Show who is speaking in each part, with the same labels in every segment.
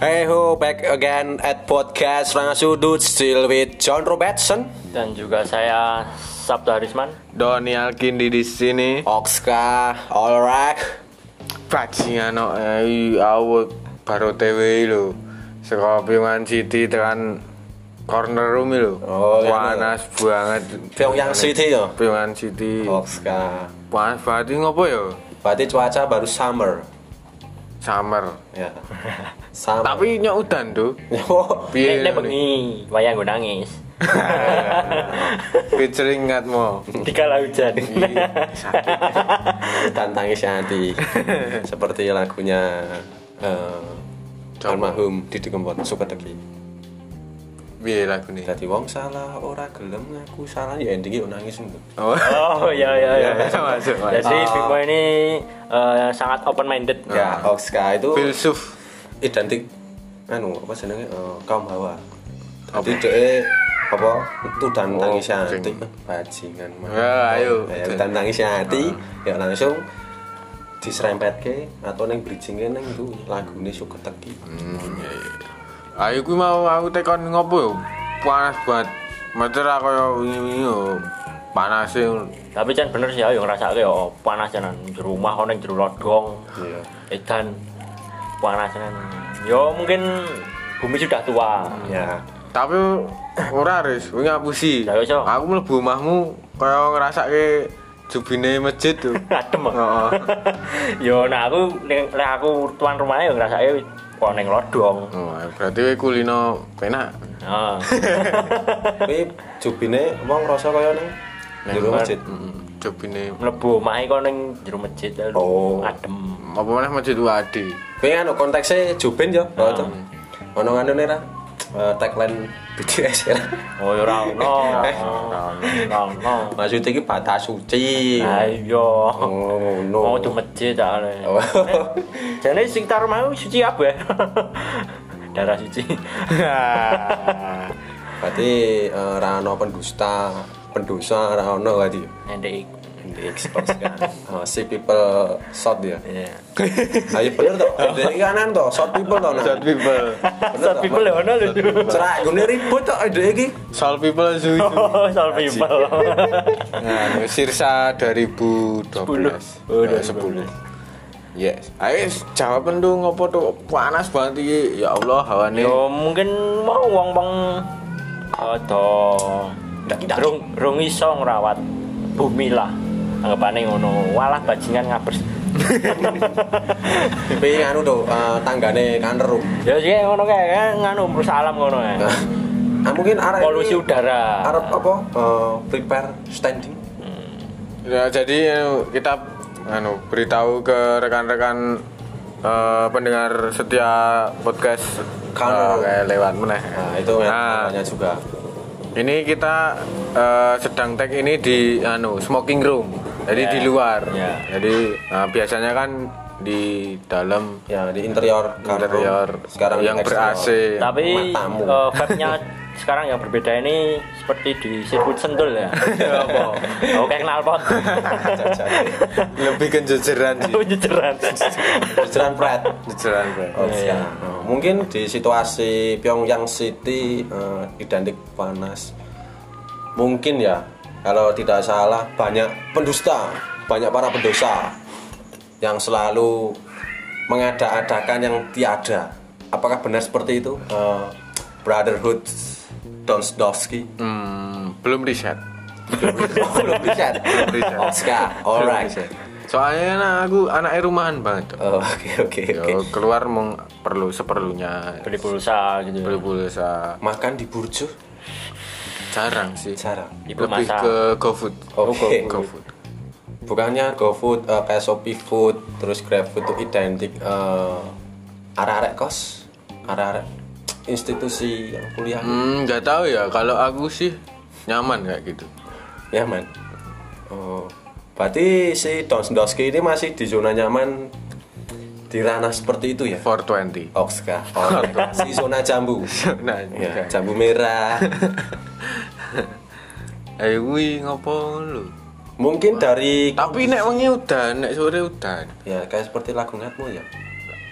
Speaker 1: Hey ho, back again at podcast Ranga Sudut Still with John Robertson
Speaker 2: Dan juga saya Sabtu Harisman.
Speaker 3: Doni Alkindi di sini.
Speaker 1: Oxka, alright
Speaker 3: Bajingan no, eh, awet baru TW lho. Saka Pyongan City tekan corner room lho.
Speaker 1: Oh, iya,
Speaker 3: panas banget. Iya,
Speaker 1: Pyongyang City Oh. yo
Speaker 3: Pyongan City.
Speaker 1: Oxka
Speaker 3: Panas banget ini ngopo ya?
Speaker 1: Berarti cuaca baru summer
Speaker 3: Summer.
Speaker 1: Ya Summer
Speaker 3: Tapi nyok udan tuh. Iya,
Speaker 2: Ini ini bengi, wayang gue nangis.
Speaker 3: Featuring ngatmo.
Speaker 2: Dikala hujan.
Speaker 3: Iya.
Speaker 1: Dan tangis hati Seperti lagunya eh, Almarhum Didi Kempot Suketegi
Speaker 3: Piye lagu nih?
Speaker 1: Jadi wong salah, ora gelem ngaku salah Ya endingnya yo nangis gitu.
Speaker 3: Oh.
Speaker 2: oh ya ya ya.
Speaker 3: Masuk, Oh. masuk.
Speaker 2: Jadi Bimo ini eh, sangat open minded.
Speaker 3: Iya.
Speaker 1: Ya, Oxka itu
Speaker 3: Filsuf.
Speaker 1: identik anu apa jenenge eh, kaum hawa jadi dhewe apa itu dan tangis hati bajingan mah
Speaker 3: Ya,
Speaker 1: Oh,
Speaker 3: ayo.
Speaker 1: Ya, Ah. dan tangis hati ya langsung diserempet ke atau neng bridgingnya neng itu lagu ini suka teki
Speaker 3: Ayo kuwi mau aku tekan ngopo ya? Panas banget. Meter aku ya wingi-wingi yo. Panase
Speaker 2: Tapi Chan bener sih ya, yang ngerasa yo panas Chan di rumah ono yang jeru lodgong.
Speaker 1: Iya.
Speaker 2: Edan panas Chan. Yo mungkin bumi sudah tua.
Speaker 1: Hmm. ya
Speaker 3: tapi ora ris wingi ngapusi.
Speaker 2: Lah, iya, Cok.
Speaker 3: Aku mlebu omahmu kaya ngrasake jubine masjid tuh.
Speaker 2: Adem ah.
Speaker 3: Heeh.
Speaker 2: Yo nah aku nek nek aku tuan rumahnya yo ngerasa ono yang lodgong.
Speaker 3: Oh, berarti kowe kulino penak.
Speaker 2: Nah.
Speaker 1: tapi jubine wong ngerasa kaya neng Hmm. di rumah masjid
Speaker 3: Mm, Jubine
Speaker 2: mlebu omahe kok ning jero masjid lho.
Speaker 1: Oh.
Speaker 2: adem
Speaker 3: apa meneh masjid Wadi.
Speaker 1: tapi anu konteksnya jubin yo waktu ono anu nih lah eh, tagline BTS ya
Speaker 2: oh ya ora ono
Speaker 1: Eh.
Speaker 2: ora ono
Speaker 1: maksudnya ini batas suci
Speaker 2: ayo
Speaker 1: oh no
Speaker 2: mau tuh masjid ta ale
Speaker 1: Oh.
Speaker 2: jane sekitar rumahku suci apa ya darah suci
Speaker 1: Ah. Berarti eh, Rano pendusta, pendosa Rano berarti.
Speaker 2: ndek
Speaker 1: Di Xbox kan. Oh, si people shot ya.
Speaker 2: Iya.
Speaker 1: Ayo bener toh. Di kanan toh, shot people toh. Nah.
Speaker 3: Sad people.
Speaker 1: Bener toh.
Speaker 2: people ya ono lho
Speaker 1: Cerak gune ribut toh ide iki.
Speaker 3: Soul people suju.
Speaker 2: oh soal people
Speaker 3: Nah, Sirsa 2012.
Speaker 2: Oh,
Speaker 3: Eh, 10. Yes. Ayo jawaban tuh ngopo tuh panas banget iki. Ya Allah, hawane.
Speaker 2: yo mungkin mau wong-wong ada rung rung iso ngrawat bumi lah anggapane ngono walah bajingan ngabers
Speaker 1: Tapi anu tuh eh, tanggane kan ru.
Speaker 2: Ya sih ngono kae kan nganu umur salam ngono ya.
Speaker 1: Nah, mungkin arek
Speaker 2: Polusi udara.
Speaker 1: Arab apa? eh, prepare standing.
Speaker 3: Ya, jadi anu, kita anu beritahu ke rekan-rekan eh, pendengar setia podcast
Speaker 1: Kan.
Speaker 3: eh, kayak lewat meneh.
Speaker 1: Nah, itu
Speaker 3: Nah,
Speaker 1: namanya juga.
Speaker 3: ini kita eh, sedang tag ini di anu smoking room. Jadi
Speaker 2: Ya.
Speaker 3: di luar.
Speaker 2: Ya.
Speaker 3: Jadi eh, biasanya kan di dalam
Speaker 1: Ya, di interior kan room.
Speaker 3: interior
Speaker 1: Sekarang
Speaker 3: yang
Speaker 1: di eksterior.
Speaker 3: ber-AC.
Speaker 2: Tapi
Speaker 1: Matamu.
Speaker 2: eh, vibe-nya sekarang yang berbeda ini seperti di sirkuit sentul ya. Apa? Oke kenal pot.
Speaker 3: Lebih kejejeran sih.
Speaker 2: Jejeran.
Speaker 1: Jalan Fred.
Speaker 3: Jejeran, Bro.
Speaker 1: Oh, iya. Nah, Mungkin di situasi Pyongyang City eh, identik panas. Mungkin ya, kalau tidak salah banyak pendusta, banyak para pendosa yang selalu mengada-adakan yang tiada. Apakah benar seperti itu? Eh, Brotherhood Donsdowski.
Speaker 3: Hmm, belum riset.
Speaker 1: Oh, belum bisa.
Speaker 3: riset.
Speaker 1: Oscar, alright.
Speaker 3: Soalnya nah, aku anaknya rumahan banget. Cok.
Speaker 1: Oh, Oke, oke,
Speaker 3: Yo,
Speaker 1: oke.
Speaker 3: keluar mau perlu seperlunya
Speaker 2: Beli pulsa
Speaker 3: beli
Speaker 2: gitu.
Speaker 3: pulsa
Speaker 1: Makan di burjo
Speaker 3: jarang sih.
Speaker 1: jarang.
Speaker 2: Ibu
Speaker 3: Lebih
Speaker 2: masak.
Speaker 3: ke GoFood.
Speaker 1: Oke.
Speaker 3: GoFood.
Speaker 1: bukannya GoFood, eh, kayak Shopee Food, terus GrabFood itu identik eh arek-arek kos, arek-arek institusi yang kuliah.
Speaker 3: Hmm, nggak tahu ya. Kalau aku sih nyaman kayak gitu.
Speaker 1: Ya, man. Oh. Berarti si Donsdowski ini masih di zona nyaman di ranah seperti itu ya?
Speaker 3: 420.
Speaker 1: Oxka. Oh, si zona jambu.
Speaker 3: Nah,
Speaker 1: Ya, jambu merah.
Speaker 3: ayo kuwi eh, ngopo lu?
Speaker 1: Mungkin dari
Speaker 3: Tapi nek wengi udan, nek sore udan.
Speaker 1: ya kayak seperti lagu ngatmu ya.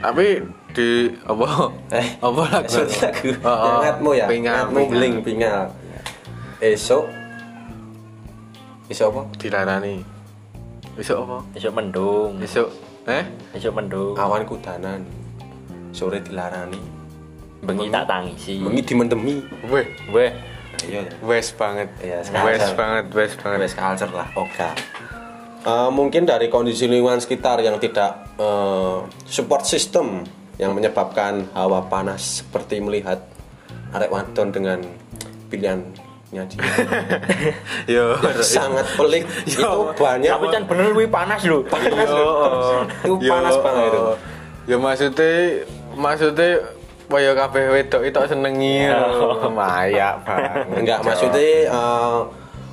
Speaker 3: Tapi di apa?
Speaker 1: Eh,
Speaker 3: apa lagu?
Speaker 1: Maksud lagu.
Speaker 3: Oh, oh.
Speaker 1: Ya, ngatmu ya.
Speaker 3: Pingal,
Speaker 1: ngatmu
Speaker 3: pingal.
Speaker 1: bling pingal. Esok Esok apa?
Speaker 3: Dilarani. Besok apa?
Speaker 2: Besok mendung.
Speaker 3: Besok eh
Speaker 2: Besok mendung.
Speaker 1: Awan kudanan. Sore dilarani.
Speaker 2: Bengi tak tangisi.
Speaker 1: Bengi dimendemi.
Speaker 3: weh
Speaker 2: Weh,
Speaker 1: Iya. ya.
Speaker 3: wes banget.
Speaker 1: Iya, sekarang.
Speaker 3: wes banget, wes banget.
Speaker 1: Wes culture lah, oga. Eh, mungkin dari kondisi lingkungan sekitar yang tidak eh, support system yang menyebabkan hawa panas seperti melihat arek wadon dengan pilihannya dia
Speaker 3: Yo.
Speaker 1: yang sangat pelik
Speaker 3: Iya.
Speaker 1: itu banyak
Speaker 2: tapi kan bener wih panas lho. Panas.
Speaker 3: Yo, oh.
Speaker 1: Itu
Speaker 3: Yo,
Speaker 1: panas banget itu.
Speaker 3: oh. Ya maksudnya maksudnya kaya kabeh wedok itu senengi lho. Mayak banget.
Speaker 1: enggak maksudnya eh,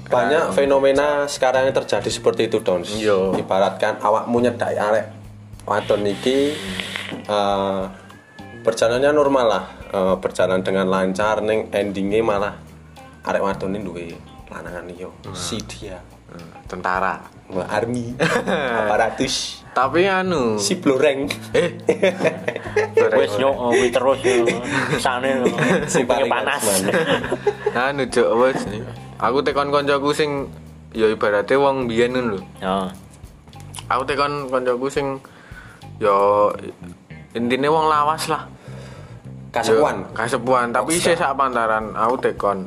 Speaker 1: banyak fenomena sekarang yang terjadi seperti itu Dons
Speaker 3: Kan. Yo.
Speaker 1: ibaratkan awakmu nyedai ya, arek wadon iki eh, perjalanannya normal lah Eh, berjalan dengan lancar neng endingnya malah arek wadon ini duwe lanangan yo si dia
Speaker 3: Hmm, tentara.
Speaker 1: Wah, army aparatus
Speaker 3: Tapi anu.
Speaker 1: si bloreng
Speaker 3: Eh.
Speaker 2: Wes yo oh, wih terus eh. yo. Sane lho.
Speaker 1: Si
Speaker 2: Bengi
Speaker 1: paling
Speaker 2: panas.
Speaker 1: asman.
Speaker 3: anu cok wes. Aku tekon koncoku sing ya ibaratnya wong biyen ngono lho.
Speaker 2: Ya.
Speaker 3: Aku tekon koncoku sing ya intine wong lawas lah.
Speaker 1: kasepuan
Speaker 3: Ya, kasepuan, tapi isih sak pantaran aku tekon.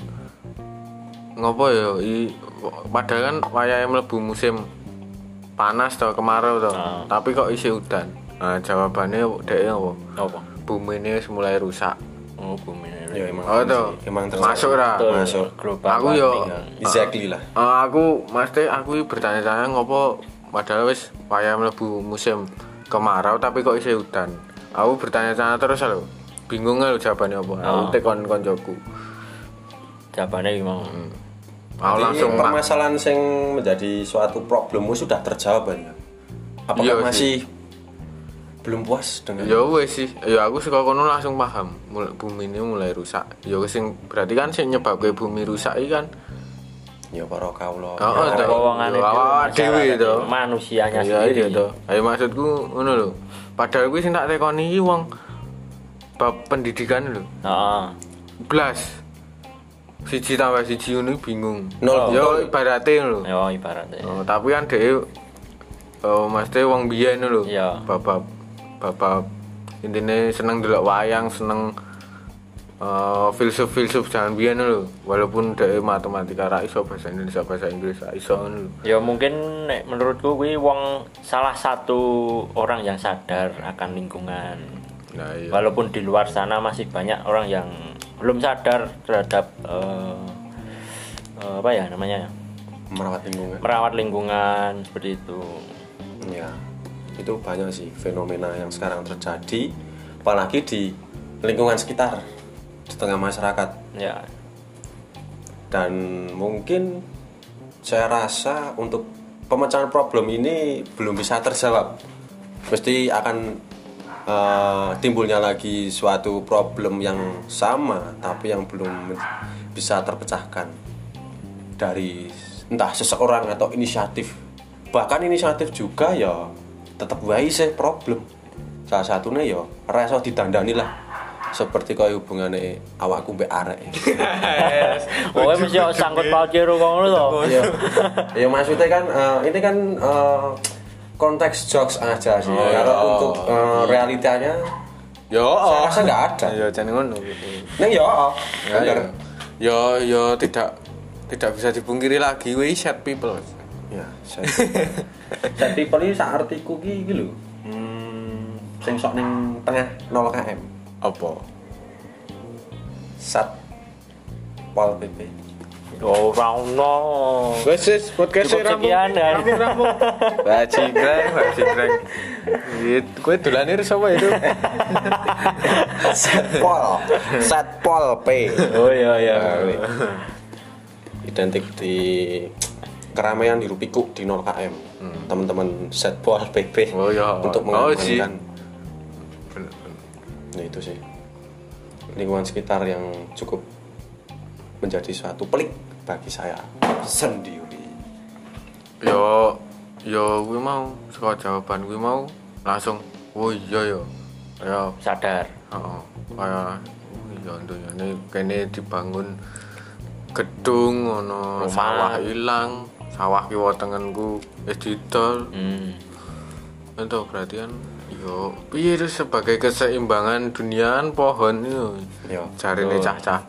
Speaker 3: Ngopo ya i padahal kan wayahe mlebu musim panas to kemarau to.
Speaker 2: Ah.
Speaker 3: Tapi kok isih udan. Nah, jawabane dhek ngopo?
Speaker 2: Apa?
Speaker 3: Bumi ini wis mulai rusak.
Speaker 2: Oh, bumi.
Speaker 1: ya emang
Speaker 3: Oh
Speaker 1: sih,
Speaker 3: to.
Speaker 1: emang terjadi.
Speaker 3: Masuk ra.
Speaker 2: Betul,
Speaker 1: Masuk.
Speaker 2: Global.
Speaker 3: Aku yo
Speaker 2: warming.
Speaker 1: exactly lah
Speaker 3: Eh, aku mesti aku bertanya-tanya ngopo padahal wis wayahe mlebu musim kemarau tapi kok isih udan. Aku bertanya-tanya terus lho. Bingung lho jawabane apa. Aku
Speaker 2: Ah.
Speaker 3: tekon koncoku.
Speaker 2: Jawabannya gimana?
Speaker 3: Aku
Speaker 1: Jadi
Speaker 3: langsung mak-
Speaker 1: permasalahan yang menjadi suatu problemmu sudah terjawab ya. Apakah
Speaker 3: Iya sih.
Speaker 1: masih belum puas dengan
Speaker 3: Ya wes sih, ya aku suka kono langsung paham. Mulai bumi ini mulai rusak. Ya sing berarti kan sing nyebabke bumi rusak iki kan.
Speaker 1: ya para kaula?
Speaker 3: Oh, oh,
Speaker 1: Ya,
Speaker 3: tak.
Speaker 2: Wewongan
Speaker 3: Yo, awak dhewe to.
Speaker 2: Manusianya
Speaker 3: Ya
Speaker 2: sendiri.
Speaker 3: iya to. Ayo maksudku ngono lho. Padahal kuwi sing tak tekoni iki wong bab pendidikan lho.
Speaker 2: Heeh.
Speaker 3: Blas. Siji tambah siji ngono iki bingung.
Speaker 1: Nol.
Speaker 3: Ya ibarate lho.
Speaker 2: Yo e. ibaratnya.
Speaker 3: Oh, tapi kan dhewe oh, mesti wong biyen lho.
Speaker 2: Iya.
Speaker 3: Bapak bapak intine seneng delok wayang, seneng eh, filsuf-filsuf jangan biyen lho. Walaupun dhewe matematika ra iso, bahasa Indonesia, bahasa Inggris ra iso ngono lho.
Speaker 2: Ya mungkin nek menurutku kuwi wong salah satu orang yang sadar akan lingkungan.
Speaker 3: Nah, iya.
Speaker 2: Walaupun di luar sana masih banyak orang yang belum sadar terhadap eh, eh, apa ya namanya ya?
Speaker 1: merawat lingkungan.
Speaker 2: merawat lingkungan seperti itu.
Speaker 1: Ya. Itu banyak sih fenomena yang sekarang terjadi apalagi di lingkungan sekitar di tengah masyarakat
Speaker 2: Ya,
Speaker 1: dan mungkin saya rasa untuk pemecahan problem ini belum bisa terjawab mesti akan eh, timbulnya lagi suatu problem yang sama tapi yang belum men- bisa terpecahkan dari entah seseorang atau inisiatif bahkan inisiatif juga ya tetap wae sih problem salah satunya ya rasa didandani lah seperti kaya hubungannya awakku mbek arek
Speaker 2: pokoknya Oh, mesti sangkut paut karo ngono to.
Speaker 1: Iya. ya maksudnya kan eh, ini kan eh, konteks jokes aja sih. Kalau
Speaker 3: iya. Oh.
Speaker 1: untuk eh, realitanya
Speaker 3: Yo.
Speaker 1: saya rasa nggak ada.
Speaker 3: Ya jan ngono.
Speaker 1: Neng yo, oh.
Speaker 3: Ya,
Speaker 1: bener.
Speaker 3: ya. Yo yo tidak tidak bisa dipungkiri lagi we sad people. Iya.
Speaker 1: Ya, saya. Dan people ini sak artiku ki iki lho. Hmm, sing sok ning tengah 0 km.
Speaker 3: Apa?
Speaker 1: Sat Pol PP.
Speaker 2: Yo Oh, ora ono.
Speaker 3: Wes wes podcast
Speaker 2: Cukup sekian ya. dan
Speaker 3: Bajingreng, bajingreng. Kowe dolane res apa itu?
Speaker 1: Sat Pol. Sat Pol P.
Speaker 2: Oh iya iya.
Speaker 3: Nah,
Speaker 1: identik di keramaian di Rupiku di 0 KM teman-teman setpol PP
Speaker 3: Hmm. Oh, iya.
Speaker 1: untuk
Speaker 3: Oh, sih.
Speaker 1: mengamankan Nah, itu sih lingkungan sekitar yang cukup menjadi suatu pelik bagi saya sendiri
Speaker 3: Yo yo kuwi mau saka jawaban kuwi mau langsung. Oh iya yo. ya
Speaker 2: sadar
Speaker 3: Oh, kayak ya ini kene dibangun gedung
Speaker 2: Rumah.
Speaker 3: ngono, sawah ilang, sawah kiwa tengenku wis didol.
Speaker 2: hmm.
Speaker 3: Itu berarti kan yo piye itu sebagai keseimbangan duniaan pohon itu.
Speaker 1: Yo.
Speaker 3: Jarine cah-cah.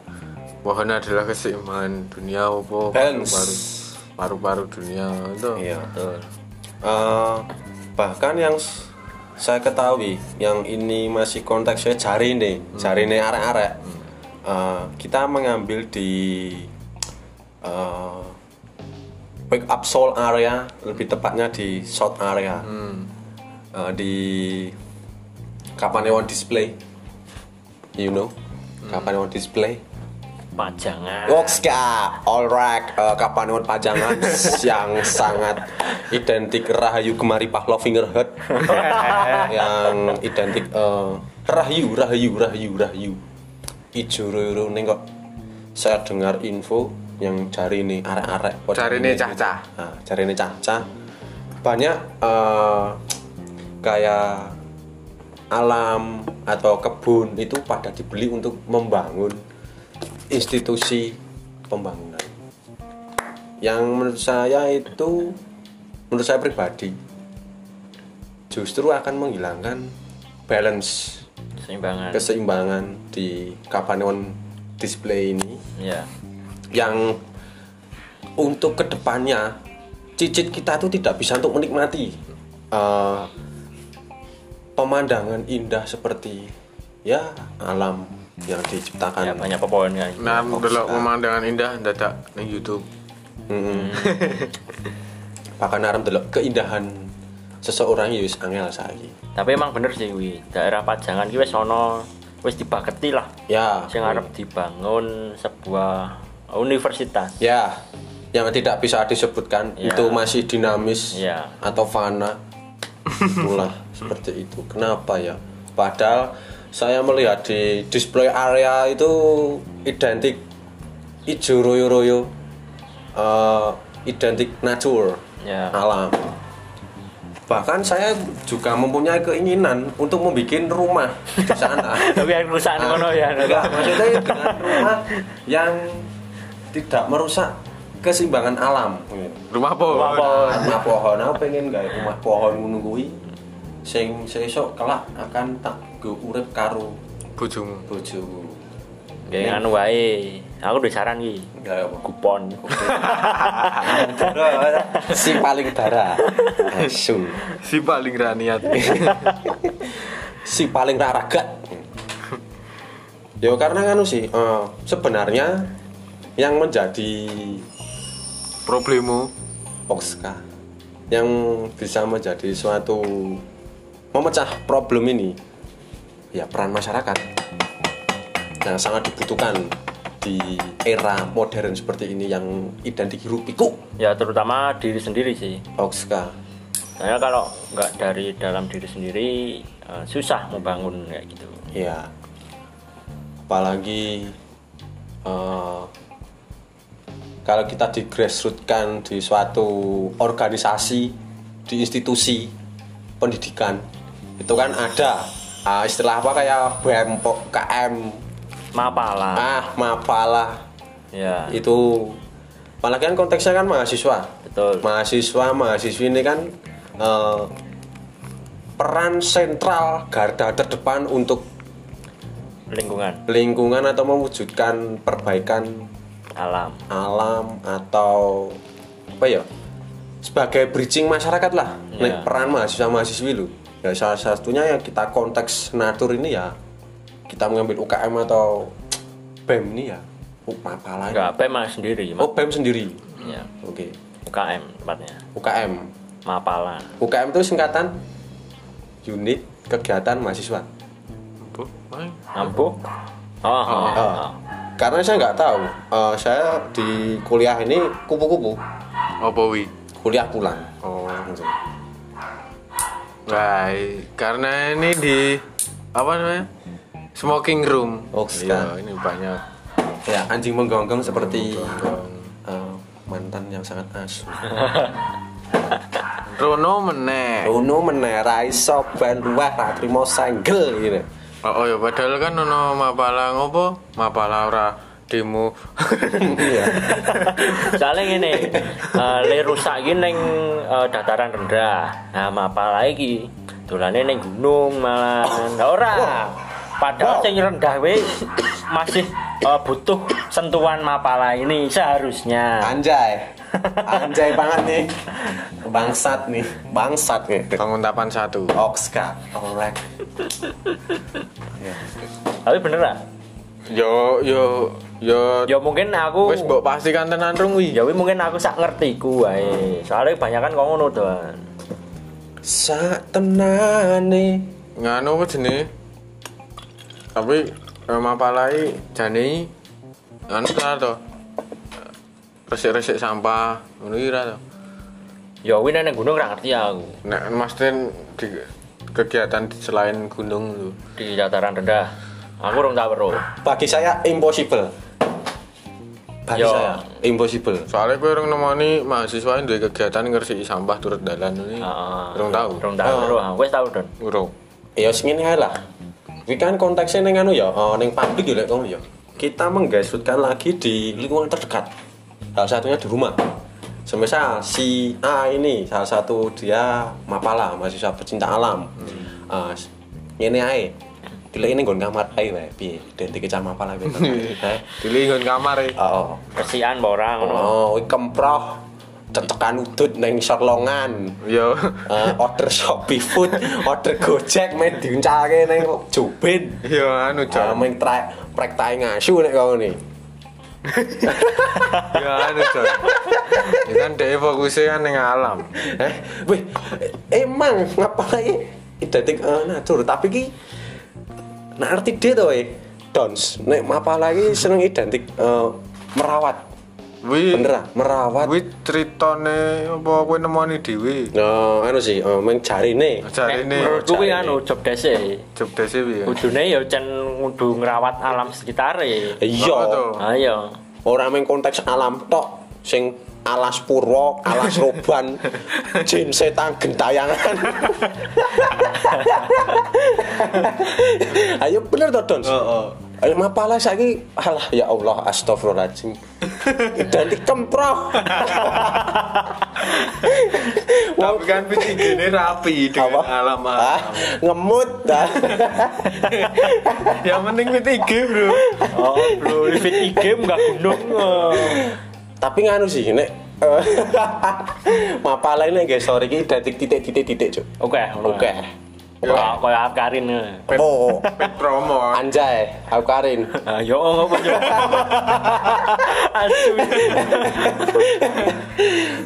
Speaker 3: Pohon adalah keseimbangan dunia opo
Speaker 1: Balance.
Speaker 3: paru-paru paru-paru dunia itu.
Speaker 1: Iya. Eh, bahkan yang s- saya ketahui yang ini masih konteksnya jari ini jari ini arek-arek Eh, kita mengambil di eh, pick up soul area lebih tepatnya di short area Eh, di Kapanewon display you know Kapanewon display
Speaker 2: pajangan
Speaker 1: Oh. Wokska, alright, uh, kapanewon pajangan yang sangat identik Rahayu Gemari Pahlaw Fingerhead yang identik eh, Rahayu, Rahayu, Rahayu, Rahayu Ijururu nih kok saya dengar info yang cari ini arek-arek
Speaker 3: Jarine cah-cah.
Speaker 1: nah, cari ini caca banyak eh, kayak alam atau kebun itu pada dibeli untuk membangun institusi pembangunan yang menurut saya itu menurut saya pribadi justru akan menghilangkan balance
Speaker 2: keseimbangan
Speaker 1: keseimbangan di Kapanewon display ini
Speaker 2: ya
Speaker 1: yang untuk kedepannya cicit kita tuh tidak bisa untuk menikmati eh, pemandangan indah seperti ya alam yang diciptakan
Speaker 2: ya banyak pepohonan
Speaker 3: Nah, delok pemandangan indah dadak ning YouTube.
Speaker 1: Mm-mm. bahkan arem delok keindahan seseorang ya wis angel saiki
Speaker 2: tapi emang bener sih wi daerah pajangan ki wis ono wis dibaketi lah
Speaker 1: ya
Speaker 2: sing arep dibangun sebuah universitas
Speaker 1: ya yang tidak bisa disebutkan
Speaker 2: Ya.
Speaker 1: itu masih dinamis
Speaker 2: Ya.
Speaker 1: atau fana itulah seperti itu kenapa ya padahal saya melihat di display area itu identik ijo royo royo eh, identik nature
Speaker 2: Ya.
Speaker 1: alam bahkan saya juga mempunyai keinginan untuk membuat rumah di sana
Speaker 2: tapi yang rusak ngono ya
Speaker 1: Enggak, maksudnya dengan rumah yang tidak merusak keseimbangan alam.
Speaker 3: Rumah pohon.
Speaker 2: Rumah pohon.
Speaker 1: Rumah pohon, aku pengen gak rumah pohon ngono kuwi sing sesuk kelak akan tak go urip karo
Speaker 3: Bojomu.
Speaker 1: bojoku.
Speaker 2: Kayak anu wae. Aku udah saran ki.
Speaker 1: Enggak ya, apa.
Speaker 2: Kupon. Ah.
Speaker 1: si paling darah. Asu.
Speaker 3: Si paling raniat.
Speaker 1: si paling raragat ya karena kan sih eh, sebenarnya yang menjadi
Speaker 3: Problemu
Speaker 1: Oxka yang bisa menjadi suatu memecah problem ini ya peran masyarakat yang sangat dibutuhkan di era modern seperti ini yang identik hiruk pikuk
Speaker 2: Ya terutama diri sendiri sih.
Speaker 1: Oxka
Speaker 2: Karena kalau nggak dari dalam diri sendiri eh, susah membangun kayak gitu.
Speaker 1: ya apalagi eh, kalau kita di grassroots-kan di suatu organisasi di institusi pendidikan itu kan ada ah, istilah apa kayak BMPO KM
Speaker 2: Mapala.
Speaker 1: ah mapalah
Speaker 2: Ya.
Speaker 1: itu malah kan konteksnya kan mahasiswa
Speaker 2: Betul.
Speaker 1: mahasiswa mahasiswi ini kan eh, peran sentral garda terdepan untuk
Speaker 2: Lingkungan,
Speaker 1: lingkungan atau mewujudkan perbaikan
Speaker 2: alam.
Speaker 1: alam atau apa ya sebagai bridging masyarakat lah Nek
Speaker 2: Ya.
Speaker 1: peran mahasiswa mahasiswi lu ya salah satunya yang kita konteks natur ini ya kita mengambil UKM atau BEM ini ya oh, apa lagi
Speaker 2: Enggak apa mas sendiri. Ma-
Speaker 1: oh BEM sendiri
Speaker 2: Ya.
Speaker 1: oke
Speaker 2: UKM tempatnya.
Speaker 1: UKM
Speaker 2: Mapala.
Speaker 1: UKM itu singkatan unit kegiatan mahasiswa
Speaker 3: Bu, main.
Speaker 2: Nampu. Oh, oh, oh, oh.
Speaker 1: Ah. karena saya nggak tahu eh, saya di kuliah ini kupu-kupu
Speaker 3: Apa wi?
Speaker 1: kuliah pulang
Speaker 3: Oh.
Speaker 1: langsung
Speaker 3: Baik, karena ini di apa namanya? Smoking room.
Speaker 1: Oke.
Speaker 3: Iya, ini banyak.
Speaker 1: ya anjing menggonggong seperti eh, mantan yang sangat asuh
Speaker 3: Rono meneh.
Speaker 1: Rono meneh ra iso ben luweh ra trimo senggel gitu. ngene.
Speaker 3: Oh, oh ya padahal kan ono mapala ngopo? Mapala ora demo.
Speaker 1: Iya.
Speaker 2: soalnya gini eh le rusak ini neng eh, dataran rendah nah apa lagi dolannya neng gunung malah nah, ora padahal yang rendah wis masih eh, butuh sentuhan mapala ini seharusnya
Speaker 1: Anjay. Anjay banget nih. Bangsat nih, bangsat nih.
Speaker 3: Pengungkapan satu.
Speaker 1: Oxka, alright.
Speaker 2: tapi bener lah
Speaker 3: Yo yo yo.
Speaker 2: ya mungkin aku
Speaker 3: Wis mbok pastikan tenan rung wi.
Speaker 2: ya wis mungkin aku sak ngertiku wae soalnya banyak kan kau ngono doan
Speaker 1: Sak tenane.
Speaker 3: nganu apa jenis tapi eh, mapalai jani anu ta to resik-resik sampah ngono iki ra to
Speaker 2: ya wis neng gunung ra ngerti aku
Speaker 3: nek maksudnya di kegiatan di selain gunung lho
Speaker 2: di dataran rendah aku rong tak weruh
Speaker 1: Bagi saya impossible. Bagi
Speaker 2: Yo.
Speaker 1: saya impossible.
Speaker 3: soalnya gue orang nemoni mahasiswa yang kegiatan ngersiki sampah turut dalan ini belum tahu
Speaker 2: rong tak weruh aku wis tau don
Speaker 3: urung
Speaker 1: Ya sing ngene ae lah. Kuwi kan konteksnya ning anu ya, eh, ning publik ya lek ngono ya. Kita menggasutkan lagi di lingkungan terdekat. Salah satunya di rumah. Semisal si A ini salah satu dia mapala, mahasiswa pecinta alam. Ah, s- ngene ae. Dilek ning nggon kamar ae wae piye identike cah mapala piye. Heh.
Speaker 3: dilingkun kamar e. ya
Speaker 1: Oh.
Speaker 2: Resian ora ngono.
Speaker 1: Oh, kuwi kemproh cetekan udut ning serlongan.
Speaker 3: yo
Speaker 1: Eh, order Shopee Food, order Gojek main diuncalke ning Jobin.
Speaker 3: yo anu
Speaker 1: Ah,
Speaker 3: jon
Speaker 1: main tra- prek tae ngasu nek kono ni.
Speaker 3: yo anu jon ya kan dia fokusnya kan yang alam
Speaker 1: Eh, wih, emang ngapain identik eh, natur tapi ki nah arti dia to eh dons nek apa lagi seneng identik eh, merawat
Speaker 3: wih
Speaker 1: bener ah, merawat
Speaker 3: Kuwi critane apa kowe nemoni dhewe?
Speaker 1: nah anu sih eh, main jari nih
Speaker 3: Jarine
Speaker 2: Menurut kuwi
Speaker 1: Jarine.
Speaker 2: anu job dese.
Speaker 3: jebdese piye?
Speaker 2: Kudune ya cen kudu ngrawat alam e. Nah, sekitare.
Speaker 3: Apa tuh?
Speaker 1: iya
Speaker 2: Ayo.
Speaker 1: ora main konteks alam tok sing alas purwo, alas roban, jin setan gentayangan. Ayo bener to,
Speaker 3: Oh,
Speaker 1: Dons? Ayo mapalah saiki alah ya Allah astagfirullahaladzim. Identik kemproh.
Speaker 3: Tapi kan pitigene rapi dengan alam.
Speaker 1: Ah, ngemut dah.
Speaker 3: Yang penting pitige, Bro.
Speaker 2: Oh, bro, fit game enggak gunung. e.
Speaker 1: Tapi nganu sih nek eh, mapalah ini guys sorry ini identik titik-titik-titik cuk.
Speaker 2: Oke,
Speaker 1: Oke.
Speaker 2: Kok koyo Afkarin. eh.
Speaker 1: Oh,
Speaker 3: Pet promo.
Speaker 1: anjay, aku Karin.
Speaker 2: Ayo ngopo yo. Asu.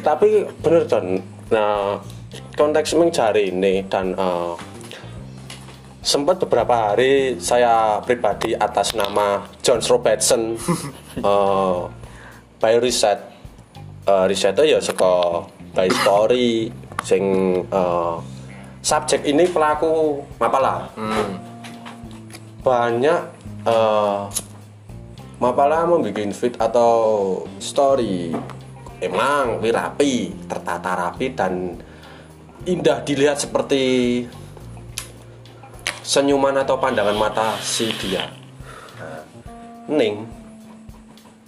Speaker 1: tapi bener Don nah konteks mencari ini dan eh, sempat beberapa hari saya pribadi atas nama John Robertson eh, by riset Eh, risetnya ya saka by story sing eh, subjek ini pelaku mapalah banyak eh, mapalah membuat feed atau story emang kuwi rapi tertata rapi dan indah dilihat seperti senyuman atau pandangan mata si dia Nah, ning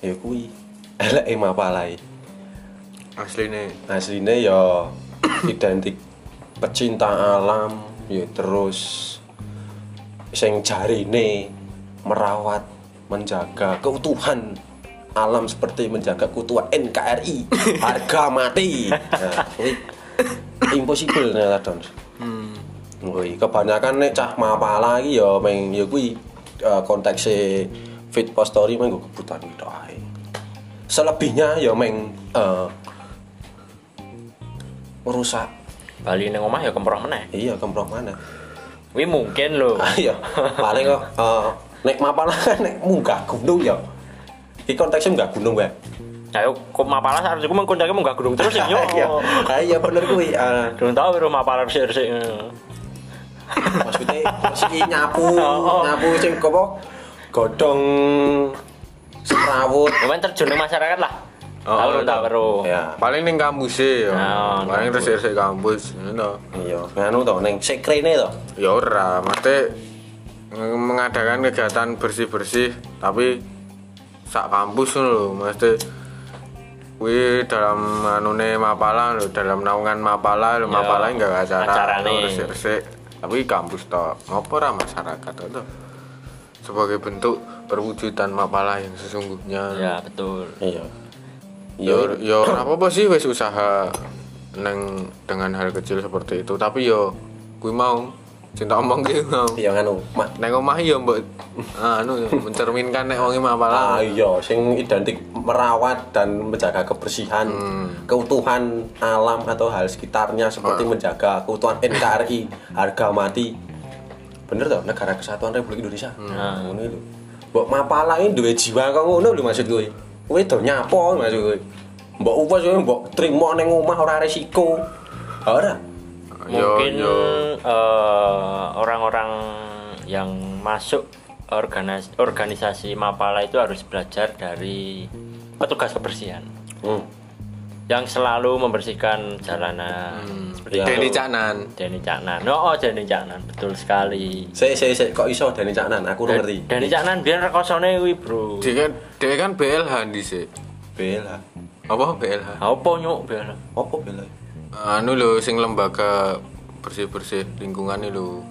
Speaker 1: ya kuwi e eleke mapalai
Speaker 3: Asline.
Speaker 1: asline ya identik pecinta alam ya terus sing jarine merawat menjaga keutuhan alam seperti menjaga keutuhan NKRI harga mati nah, kuwi impossible ternyata Don Woi, kebanyakan nek cah mapala iki ya meng ya kuwi eh, kontekse fit post story menggo kebutuhan itu ae. Selebihnya ya meng eh, merusak
Speaker 2: Bali ning omah ya kemproh meneh.
Speaker 1: iya kemprok mana
Speaker 2: Kuwi mungkin lho.
Speaker 1: iya paling kok eh, nek mapan kan nek munggah gunung ya di konteksnya munggah gunung ya
Speaker 2: Ayo kok mapalah harus aku mengkontake munggah gunung terus ya, yo.
Speaker 1: iya Ah, iya bener kuwi eh,
Speaker 2: Durung tau bro mapalah resik-resik. e.
Speaker 1: maksudnya si nyapu
Speaker 2: Oh, oh.
Speaker 1: nyapu sing apa godhong serawut
Speaker 2: Cuman terjun ning masyarakat lah.
Speaker 3: Oh,
Speaker 2: Tahu tak perlu.
Speaker 1: ya
Speaker 3: Paling ning kampus e ya.
Speaker 2: Nah,
Speaker 3: Paling resik-resik kampus ngono.
Speaker 1: iya nganu to ning sekrene to
Speaker 3: Ya ora, mate mengadakan kegiatan bersih-bersih tapi sak kampus ngono lho, mesti kuwi dalam anune mapala lho, dalam naungan mapala lho, mapala enggak acara.
Speaker 2: acarane.
Speaker 3: lho, Resik-resik. Tapi kampus tok, ngopo ra masyarakat tok, tok. Sebagai bentuk perwujudan mapala yang sesungguhnya.
Speaker 2: Ya, betul.
Speaker 1: iya iya
Speaker 3: yo yo apa-apa sih wes usaha neng dengan hal kecil seperti itu tapi yo kui mau cinta omong kui mau
Speaker 1: iya nganu mah
Speaker 3: neng omah yo mbok anu yo, mencerminkan nek wonge
Speaker 1: Ah
Speaker 3: mapalah
Speaker 1: iya, sing identik merawat dan menjaga kebersihan, keutuhan alam atau hal sekitarnya seperti menjaga keutuhan NKRI, harga mati. Bener toh negara kesatuan Republik Indonesia. Nah, ngono lho. Mbok mapala ini duwe jiwa kok ngono lho maksud kowe. Kowe do nyapo maksud kowe. Mbok upas kowe mbok trimo ning omah ora resiko. Ah, Ora.
Speaker 3: yo
Speaker 2: mungkin
Speaker 3: yo
Speaker 2: eh, orang-orang yang masuk organis- organisasi Mapala itu harus belajar dari petugas kebersihan
Speaker 1: Hmm.
Speaker 2: yang selalu membersihkan jalanan seperti
Speaker 1: Iya.
Speaker 3: Hmm, Denny
Speaker 2: itu.
Speaker 3: Canan
Speaker 2: Denny Caknan no oh, Denny Caknan betul sekali
Speaker 1: Sik sik sik kok iso Dani Caknan, aku ora ngerti.
Speaker 2: Denny Caknan biar rekosone kuwi bro
Speaker 3: dia kan dia kan BLH di sih
Speaker 1: Bela.
Speaker 3: apa BLH
Speaker 2: apa nyuk biar
Speaker 1: Apa bela?
Speaker 3: anu lho sing lembaga bersih bersih lingkungan ini lho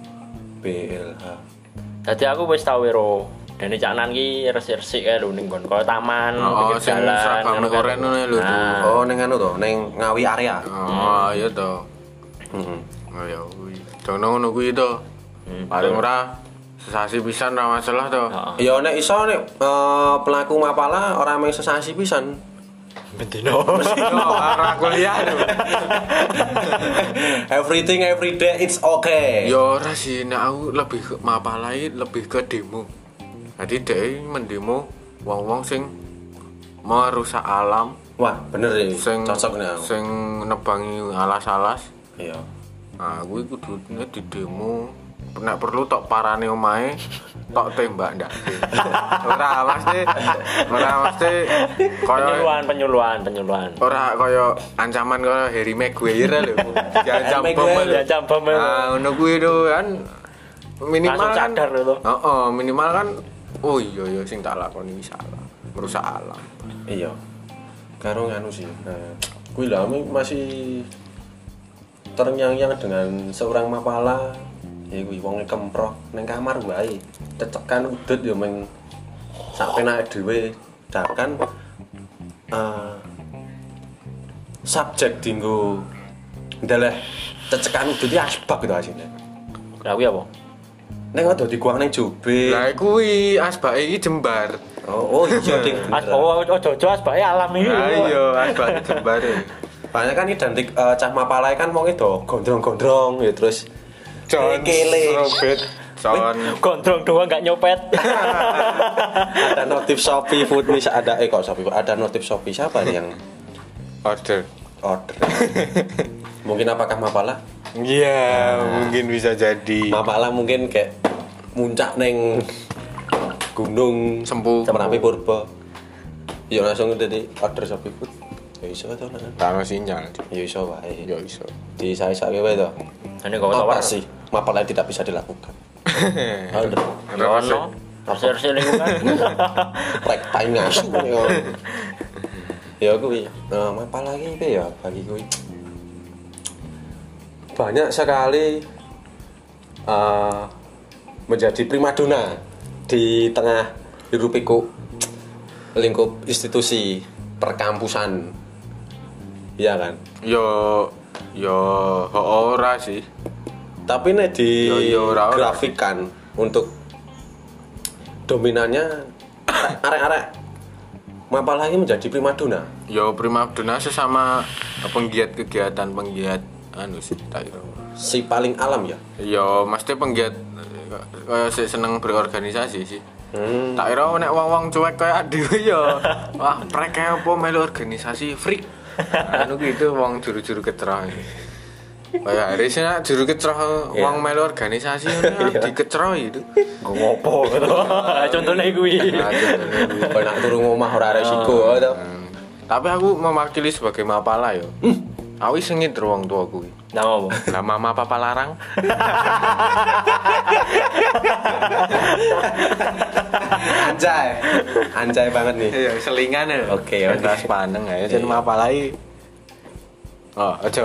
Speaker 1: BLH.
Speaker 2: Tadi aku wis tau wero Denny Caknan ki resik-resik kae lho ning nggon koyo taman
Speaker 3: Oh,
Speaker 2: pinggir
Speaker 3: sing seragam
Speaker 2: ngono kan.
Speaker 3: oranye ngono lho, tuh.
Speaker 2: Nah,
Speaker 1: Oh, neng anu to, neng ngawi area.
Speaker 3: oh iya toh Oh,
Speaker 1: Heeh.
Speaker 3: ayo kui jangan ngono kui toh
Speaker 1: Hmm.
Speaker 3: paling ora sesasi pisan ra masalah toh
Speaker 2: Heeh.
Speaker 1: Ya nek iso nek eh, pelaku mapala ora mung sesasi pisan.
Speaker 3: arah kuliah lho.
Speaker 1: Everything every day it's okay.
Speaker 3: Ya ora sih, nek aku lebih ke mapalai lebih ke demo. Jadi dhek mendemo wong-wong sing merusak alam,
Speaker 1: Wah, bener ya.
Speaker 3: sing
Speaker 1: Cocok nek aku.
Speaker 3: sing nebangi alas-alas.
Speaker 1: Iya.
Speaker 3: Nah, kuwi kudune di demo. Nek perlu tok parane omahe, tok tembak ndak. Ora mesti ora mesti kaya
Speaker 2: penyuluhan penyuluhan penyuluhan
Speaker 3: ora kaya ancaman kaya Harry Maguire lho. Diancam
Speaker 1: Maguire,
Speaker 3: bom lho.
Speaker 2: diancam bom lho.
Speaker 3: Ah, ngono kuwi lho kan minimal
Speaker 2: Langsung
Speaker 3: kan
Speaker 2: sadar lho.
Speaker 3: Heeh, minimal kan oh iya iya sing tak lakoni iki salah. Merusak alam.
Speaker 1: Iya. Karo nganu sih. Nah, kuwi lho aku masih terngiang-ngiang dengan seorang mapala. Ya kuwi wong kemproh neng kamar wae. Cecekan udut ya mung sak penake dhewe. Dakan eh subjek dinggo ndeleh cecekan udut ya asbak gitu asine.
Speaker 2: lah kuwi apa
Speaker 1: Neng ada di kuang neng jobe.
Speaker 3: Lah kuwi asbake iki jembar.
Speaker 1: Oh, oh iya ding.
Speaker 2: as
Speaker 1: bener.
Speaker 2: bawa ojo ojo oh, as bae alam iki
Speaker 3: Lah Ah, iya asbake jembar. e. ya.
Speaker 1: Banyak kan identik eh, cah mapalai kan wong itu gondrong-gondrong ya terus kele.
Speaker 3: Robert John
Speaker 2: gondrong doang gak nyopet
Speaker 1: ada notif Shopee Food Miss ada eh kok Shopee ada notif Shopee siapa nih yang
Speaker 3: order.
Speaker 1: order mungkin apakah Mapala
Speaker 3: Iya, mungkin bisa jadi.
Speaker 1: Mapala mungkin kayak muncak neng gunung
Speaker 3: Sempu.
Speaker 1: Merapi Purba ya langsung jadi order Shopee Food ya iso to Nan.
Speaker 3: Tano sinyal.
Speaker 1: ya iso wae
Speaker 3: Ya iso.
Speaker 1: di saya-saya wae to
Speaker 2: ini kok tawar
Speaker 1: apa sih Mapala tidak bisa dilakukan
Speaker 3: Eh.
Speaker 1: Order.
Speaker 2: ono resik-resik lingkungan
Speaker 1: Rek time ngasu ya. Ya kuwi. Nah, apa lagi iki ya bagi kuwi. Banyak sekali eh, menjadi primadona di tengah hirup pikuk lingkup institusi perkampusan. Iya kan?
Speaker 3: Yo yo ho ora sih.
Speaker 1: Tapi nek di
Speaker 3: Ya, ya, ora, ora.
Speaker 1: grafikan untuk dominannya arek-arek mapal lagi menjadi primadona.
Speaker 3: Yo primadona sesama penggiat kegiatan penggiat anu sih tak kira.
Speaker 1: Si paling alam ya.
Speaker 3: Yo Iya, mesti penggiat eh, kaya sih seneng berorganisasi sih. Tak kira nek wong-wong cuek kaya dhewe yo. Wah, prek kayak apa melu organisasi freak. Anu gitu wong juru-juru kecerah. Kaya harusnya juru kecerah wong melu organisasi anu ngono dikecerah itu.
Speaker 1: ngopo
Speaker 2: contohnya kuwi
Speaker 1: Iya,
Speaker 3: Nah, contohnya.
Speaker 1: ya Kau nak turun rumah ora resiko to.
Speaker 3: Tapi aku mewakili sebagai mapala yo. Aku sengit ruang tua aku.
Speaker 2: Nah, ngomong.
Speaker 3: Lah mama papa larang.
Speaker 1: Anjay. Anjay banget nih. Iya.
Speaker 3: Iya, selingan ya. Iya.
Speaker 1: Oke, oke.
Speaker 3: Terus paneng aja sen mapala iki. Oh, aja.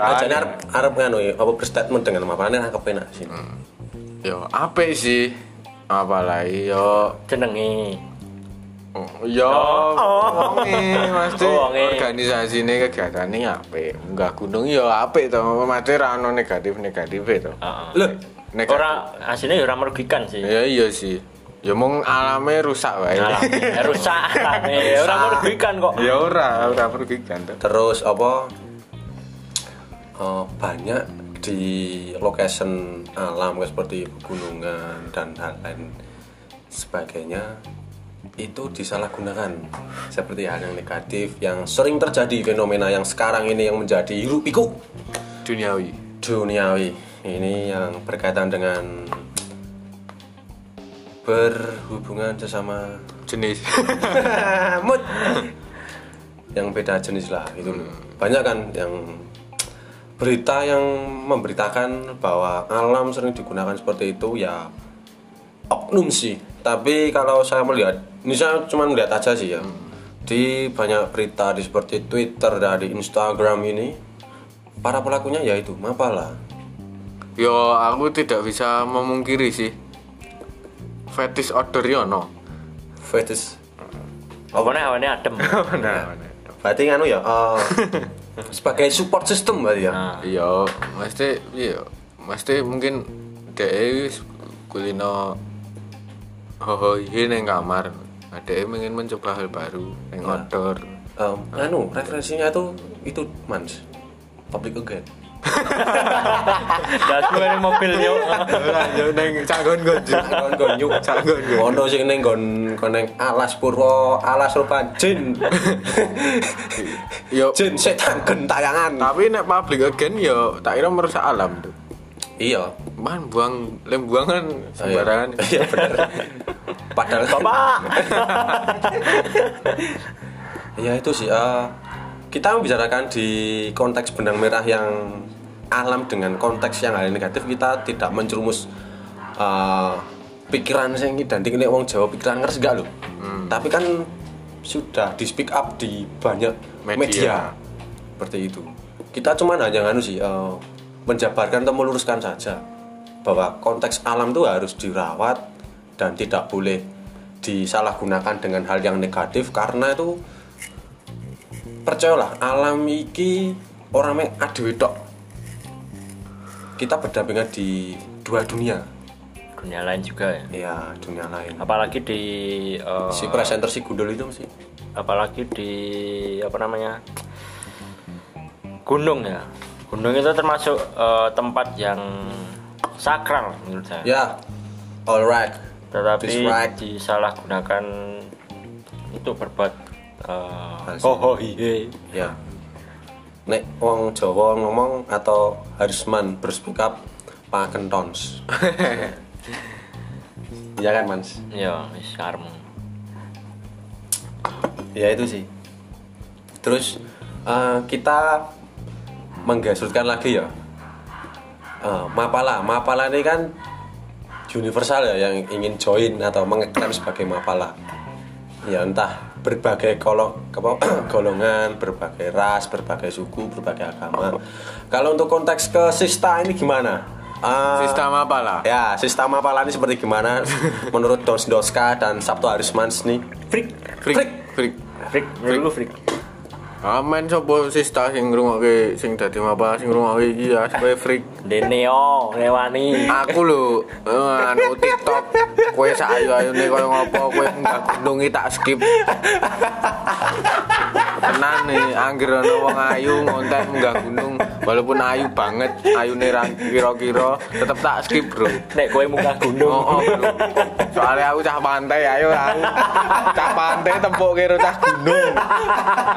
Speaker 1: Aja arep arep nganu ya, apa berstatement dengan mapalane nangkep enak sih.
Speaker 3: Yo, apik sih. Mapala iki yo
Speaker 2: jenenge.
Speaker 3: Oh, Yo,
Speaker 2: Oh.
Speaker 3: wonge mesti
Speaker 2: Oh, wonge.
Speaker 3: organisasine kegiatane apik. Enggak gunung yo apik to, mesti ra ono negatif-negatife to.
Speaker 2: Heeh.
Speaker 1: Loh,
Speaker 3: Negatif.
Speaker 2: Ora asline ya ora merugikan sih.
Speaker 3: Ya iya sih. Ya mong alame rusak wae.
Speaker 2: Alami, ya rusak alami. Ya ora
Speaker 3: Rusak.
Speaker 2: merugikan kok.
Speaker 3: Ya ora, ora merugikan to.
Speaker 1: terus apa eh, banyak di location alam kayak seperti pegunungan dan hal lain sebagainya itu disalahgunakan seperti hal yang negatif yang sering terjadi fenomena yang sekarang ini yang menjadi hirup pikuk
Speaker 3: Duniawi.
Speaker 1: duniawi ini yang berkaitan dengan berhubungan sesama
Speaker 3: Jenis.
Speaker 1: Mut. yang beda jenis lah gitu loh. Banyak kan yang berita yang memberitakan bahwa alam sering digunakan seperti itu ya oknum sih. Tapi kalau saya melihat, ini saya cuma melihat aja sih ya. Di banyak berita di seperti Twitter dari Instagram ini para pelakunya ya itu mapalah.
Speaker 3: Yo aku tidak bisa memungkiri sih. Fetish order yo no.
Speaker 1: Fetish.
Speaker 2: Pokoknya hawane adem.
Speaker 3: Nah,
Speaker 1: Berarti anu ya eh, sebagai support system berarti ya.
Speaker 2: Nah,
Speaker 3: yo mesti yo mesti mungkin dhek e wis kulino hoho iki ning kamar. Ada ingin mencoba hal baru, yang outdoor.
Speaker 1: Em, Um, anu referensinya tuh itu mans public again
Speaker 2: dasmu ini mobil yo.
Speaker 3: Yo neng canggon gonjek.
Speaker 1: kon kon yuk
Speaker 3: Canggon gue.
Speaker 1: ono sing neng kon kon neng alas purwo alas rupa jin
Speaker 3: Yo
Speaker 1: jin setan gentayangan
Speaker 3: tapi nek public again yo tak kira merusak alam tuh.
Speaker 1: iya
Speaker 3: Man buang lem buangan sembarangan.
Speaker 1: iya bener padahal
Speaker 2: Bapak.
Speaker 1: ya itu sih eh, kita membicarakan di konteks benang merah yang alam dengan konteks yang hal negatif kita tidak mencerumus eh, pikiran yang identik ini wong Jawa pikiran ngeres enggak loh tapi kan sudah di speak up di banyak
Speaker 3: Media.
Speaker 1: media, seperti itu kita cuman hanya anu sih eh, menjabarkan atau meluruskan saja bahwa konteks alam itu harus dirawat dan tidak boleh disalahgunakan dengan hal yang negatif karena itu percayalah alam iki orang yang adu tok kita berdampingan di dua dunia
Speaker 2: Dunia lain juga ya.
Speaker 1: ya dunia lain
Speaker 2: Apalagi di eh,
Speaker 1: si presenter si gundul itu sih
Speaker 2: apalagi di apa namanya gunung ya gunung itu termasuk eh, tempat yang sakral menurut saya
Speaker 1: ya alright
Speaker 2: tetapi
Speaker 1: That's right.
Speaker 2: disalahgunakan itu berbuat eh,
Speaker 1: Hasil.
Speaker 2: oh oh hihe
Speaker 1: ya nek wong Jawa ngomong atau harusman berspekak up paken tons iya kan mans
Speaker 2: ya wis karmu
Speaker 1: ya itu sih terus eh, kita menggasutkan lagi ya Eh, mapala mapala ini kan universal ya yang ingin join atau mengeklaim sebagai mapala ya entah berbagai kolong apa, golongan berbagai ras berbagai suku berbagai agama kalau untuk konteks ke sista ini gimana Eh,
Speaker 3: Sistem apa lah?
Speaker 1: ya sistem mapala ini seperti gimana menurut Dons Doska dan Sabtu Harismans nih
Speaker 2: freak
Speaker 3: Freak,
Speaker 1: Freak.
Speaker 3: freak.
Speaker 2: freak dulu freak
Speaker 3: Amen sapa sista sing ngrungokke sing dadi apa sing ngrungokke iki ya kowe freak.
Speaker 2: deneo lewani
Speaker 3: Aku lho eh, anu TikTok kowe sak ayu-ayune koyo ngopo kowe enggak gunungi tak skip. Tenan nih anggere ana wong ayu ngonten enggak gunung walaupun ayu banget ayune ra kira-kira tetep tak skip, Bro.
Speaker 2: nek kowe muka gunung
Speaker 3: Oh, oh, bro. Soalnya aku cah pantai, ayo aku cah pantai tempuk kira cah gunung.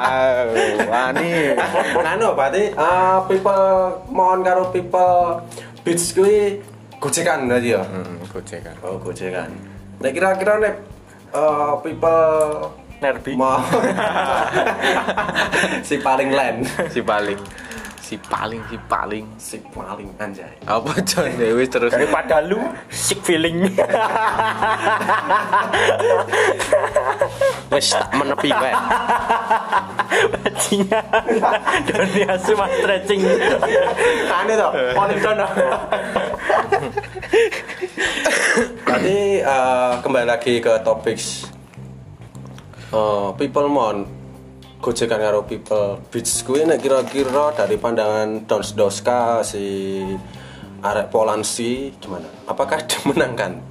Speaker 3: Ayo, wani.
Speaker 1: Nano berarti ah, people mohon karo people beach kuwi gojekan berarti ya.
Speaker 3: Hmm, gojekan.
Speaker 1: Oh gojekan. Nek kira-kira nek eh, ah, people
Speaker 2: Nerbi.
Speaker 1: Mau. si paling len.
Speaker 3: si paling si paling si paling
Speaker 1: Si paling anjay.
Speaker 3: apa John ya wis terus
Speaker 2: Daripada lu sick feeling.
Speaker 3: wis tak menepi wae
Speaker 2: Bajingan. Dunia cuma stretching.
Speaker 1: Aneh toh.
Speaker 2: Paling dono.
Speaker 1: Berarti eh, kembali lagi ke topik eh, people mon gojekan karo people beach kuwi nek kira-kira dari pandangan Dons Doska si arek Polansi gimana? Apakah dimenangkan?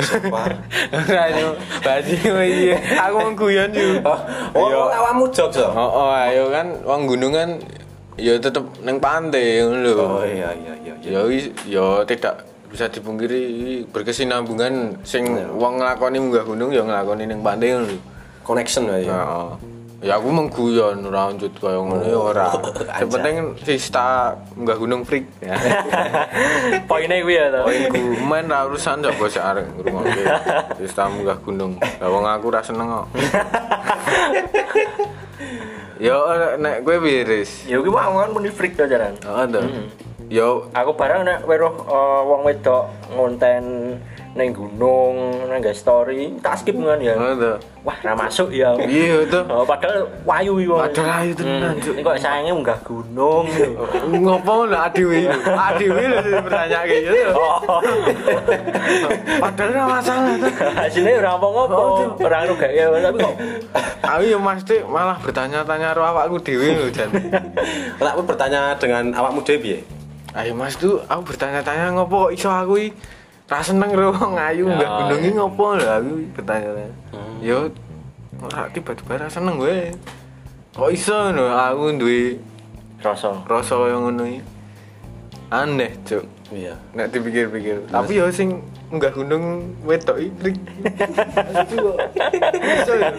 Speaker 1: Siapa?
Speaker 3: ora yo berarti iya aku mau guyon yo
Speaker 1: oh,
Speaker 3: Yo.
Speaker 1: awakmu jog so?
Speaker 3: oh, oh ayo kan wong gunungan ya tetep neng pantai ngono lho
Speaker 1: Oh iya iya iya. iya.
Speaker 3: ya wis ya tidak bisa dipungkiri berkesinambungan sing wong nglakoni munggah gunung ya nglakoni ning pantai ngono lho
Speaker 1: Connection ya. iya.
Speaker 3: Heeh. Ya aku mengguyon ora lanjut kaya ngono ya ora.
Speaker 1: Oh,
Speaker 3: Yang penting sista munggah gunung freak. Ya.
Speaker 2: Poinnya gue ya tau.
Speaker 3: Ku main ra urusan kok bos arek ngrungokke. Sista munggah gunung. Lah wong aku ra seneng kok. Yo nek kowe wiris.
Speaker 2: Ya gue mau kan muni freak tuh jalan.
Speaker 3: Heeh to.
Speaker 2: Hmm.
Speaker 3: Yo
Speaker 2: Aku barang nek weruh eh, wong wedok ngonten neng gunung, neng gak story, tak skip kan ya.
Speaker 3: ngono to.
Speaker 2: Wah, ra masuk ya.
Speaker 3: Iya to.
Speaker 2: Oh, padahal wayu iki.
Speaker 3: Padahal ayu tenan, Cuk.
Speaker 2: Ini kok sayangnya munggah gunung. gitu.
Speaker 3: Ngopo lho adewe? Adewe lho bertanyake yo.
Speaker 2: Oh,
Speaker 3: gitu. Padahal ora masalah to.
Speaker 2: hasilnya ora apa-apa, ora ngrugak ya, tapi kok
Speaker 3: Aku ya mesti malah bertanya-tanya karo awakku dhewe lho Jan.
Speaker 1: Lah aku bertanya dengan awakmu ya? dhewe piye?
Speaker 3: Ayo Mas tuh aku bertanya-tanya ngopo kok iso aku iki ra seneng karo wong ayu
Speaker 2: Ya,
Speaker 3: nggak gunung iki
Speaker 2: ya. Hmm.
Speaker 3: ngopo lho aku bertanya-tanya. Yo ora tiba-tiba ra seneng gue. Kok iso ngono aku duwe
Speaker 2: rasa.
Speaker 3: rasa kaya ngono iki. Aneh, Cuk.
Speaker 1: Iya.
Speaker 3: Nek dipikir-pikir. Tapi yo sing nggak gunung wedok iki. Iso ya.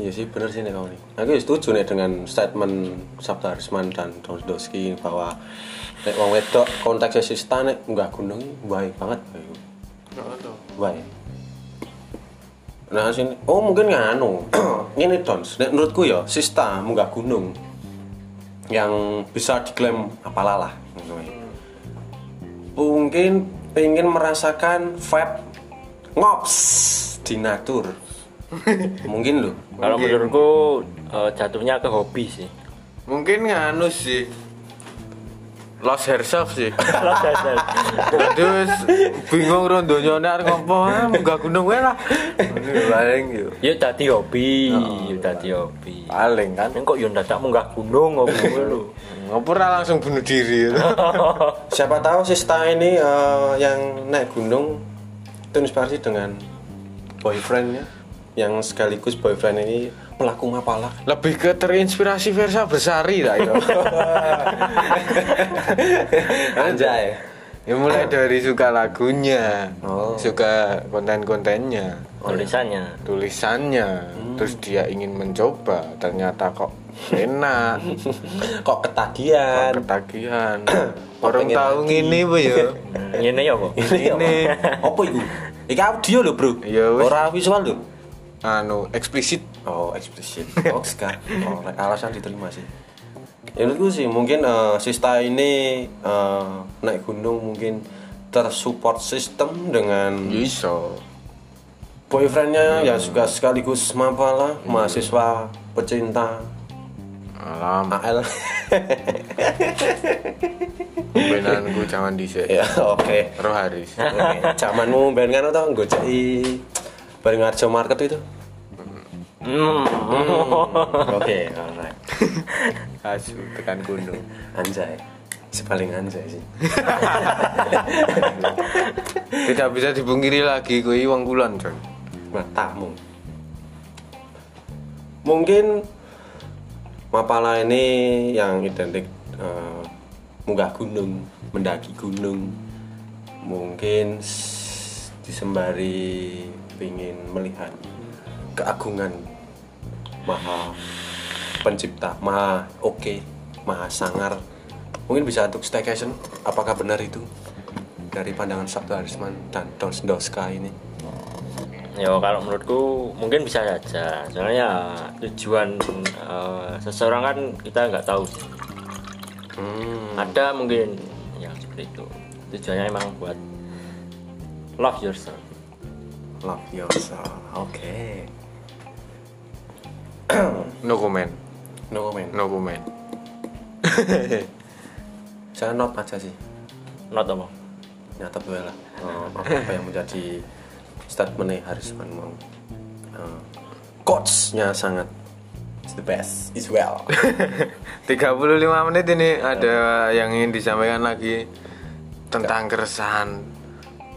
Speaker 1: Iya sih bener sih nih kamu nih. Aku ya setuju nih dengan statement Sabta Harisman dan Don Doski bahwa nek wong wedok konteksnya sista nek nggak gunung baik banget baik. Baik. Nah sini, oh mungkin nganu, ini Dons. Nek menurutku ya sista munggah gunung yang bisa diklaim apalah lah. ngono ya. Mungkin pengen merasakan vibe ngops di natur. mungkin loh.
Speaker 2: Kalau
Speaker 3: Mungkin.
Speaker 2: menurutku eh, jatuhnya ke hobi sih.
Speaker 3: Mungkin nganu sih. Lost herself sih.
Speaker 2: Kalau dasar.
Speaker 3: Jadi wis bingung ro donyone arek ngopo ah, munggah gunung wae lah. Ini Paling yo.
Speaker 2: Ya dadi hobi, ya dadi hobi.
Speaker 3: Paling kan.
Speaker 2: Ini kok yo dadak munggah gunung ngopo kowe lho.
Speaker 3: Ngopo ra langsung bunuh diri.
Speaker 2: Oh,
Speaker 1: Siapa tahu Sista ini eh, yang naik gunung terinspirasi dengan boyfriendnya yang sekaligus boyfriend ini pelaku mapala.
Speaker 3: Lebih ke terinspirasi Versa Bersari lah yo.
Speaker 1: Anjay.
Speaker 3: Ya mulai dari suka lagunya,
Speaker 1: Oh.
Speaker 3: suka konten-kontennya,
Speaker 1: iya.
Speaker 2: Tulisannya.
Speaker 3: tulisannya,
Speaker 1: Hmm.
Speaker 3: terus dia ingin mencoba, ternyata kok enak,
Speaker 1: Kok ketagihan.
Speaker 3: ketagihan. Orang
Speaker 1: pengen
Speaker 3: tahu
Speaker 1: lagi.
Speaker 3: ngene bu ya.
Speaker 2: Ngene ya kok.
Speaker 1: Ini Iya, apa itu? Iki audio loh bro.
Speaker 3: Iya, wes.
Speaker 1: Ora visual loh.
Speaker 3: Anu eksplisit
Speaker 1: Oh, eksplisit. Oh, Oscar. Oh, alasan diterima sih. Ya menurutku sih mungkin eh, Sista ini eh, naik gunung mungkin tersupport sistem dengan
Speaker 3: Ya iso.
Speaker 1: boyfriendnya yang juga sekaligus mapala mahasiswa pecinta
Speaker 3: Alam.
Speaker 1: AL
Speaker 3: Benanku jangan dhisik.
Speaker 1: ya oke
Speaker 3: Roh Haris.
Speaker 1: Oke, zamanmu ben kan tau gojeki bareng Arjo Market itu
Speaker 2: Hmm.
Speaker 1: oke alright
Speaker 3: Asu tekan gunung.
Speaker 1: anjay si paling anjay sih
Speaker 3: Tidak bisa dipungkiri lagi kuwi wong kulon, Jon.
Speaker 1: matamu mungkin Mapala ini yang identik eh, munggah gunung mendaki gunung mungkin s- disembari ingin melihat keagungan maha pencipta maha oke maha sangar mungkin bisa untuk staycation apakah benar itu dari pandangan Sabtu Harisman dan Dons Doska ini
Speaker 2: Ya kalau menurutku mungkin bisa saja. Soalnya tujuan eh, seseorang kan kita nggak tahu.
Speaker 1: Hmm.
Speaker 2: Ada mungkin yang seperti itu. Tujuannya emang buat love yourself.
Speaker 1: Love yourself. Oke.
Speaker 3: No comment.
Speaker 1: No comment.
Speaker 3: No comment.
Speaker 1: Saya nop aja sih.
Speaker 2: Not apa?
Speaker 1: Nyata gue lah.
Speaker 2: Oh,
Speaker 1: Eh, apa yang menjadi statementnya Haris Van Mau. Eh, Coachnya sangat it's the best is well.
Speaker 3: 35 menit ini ada yang ingin disampaikan lagi tentang keresahan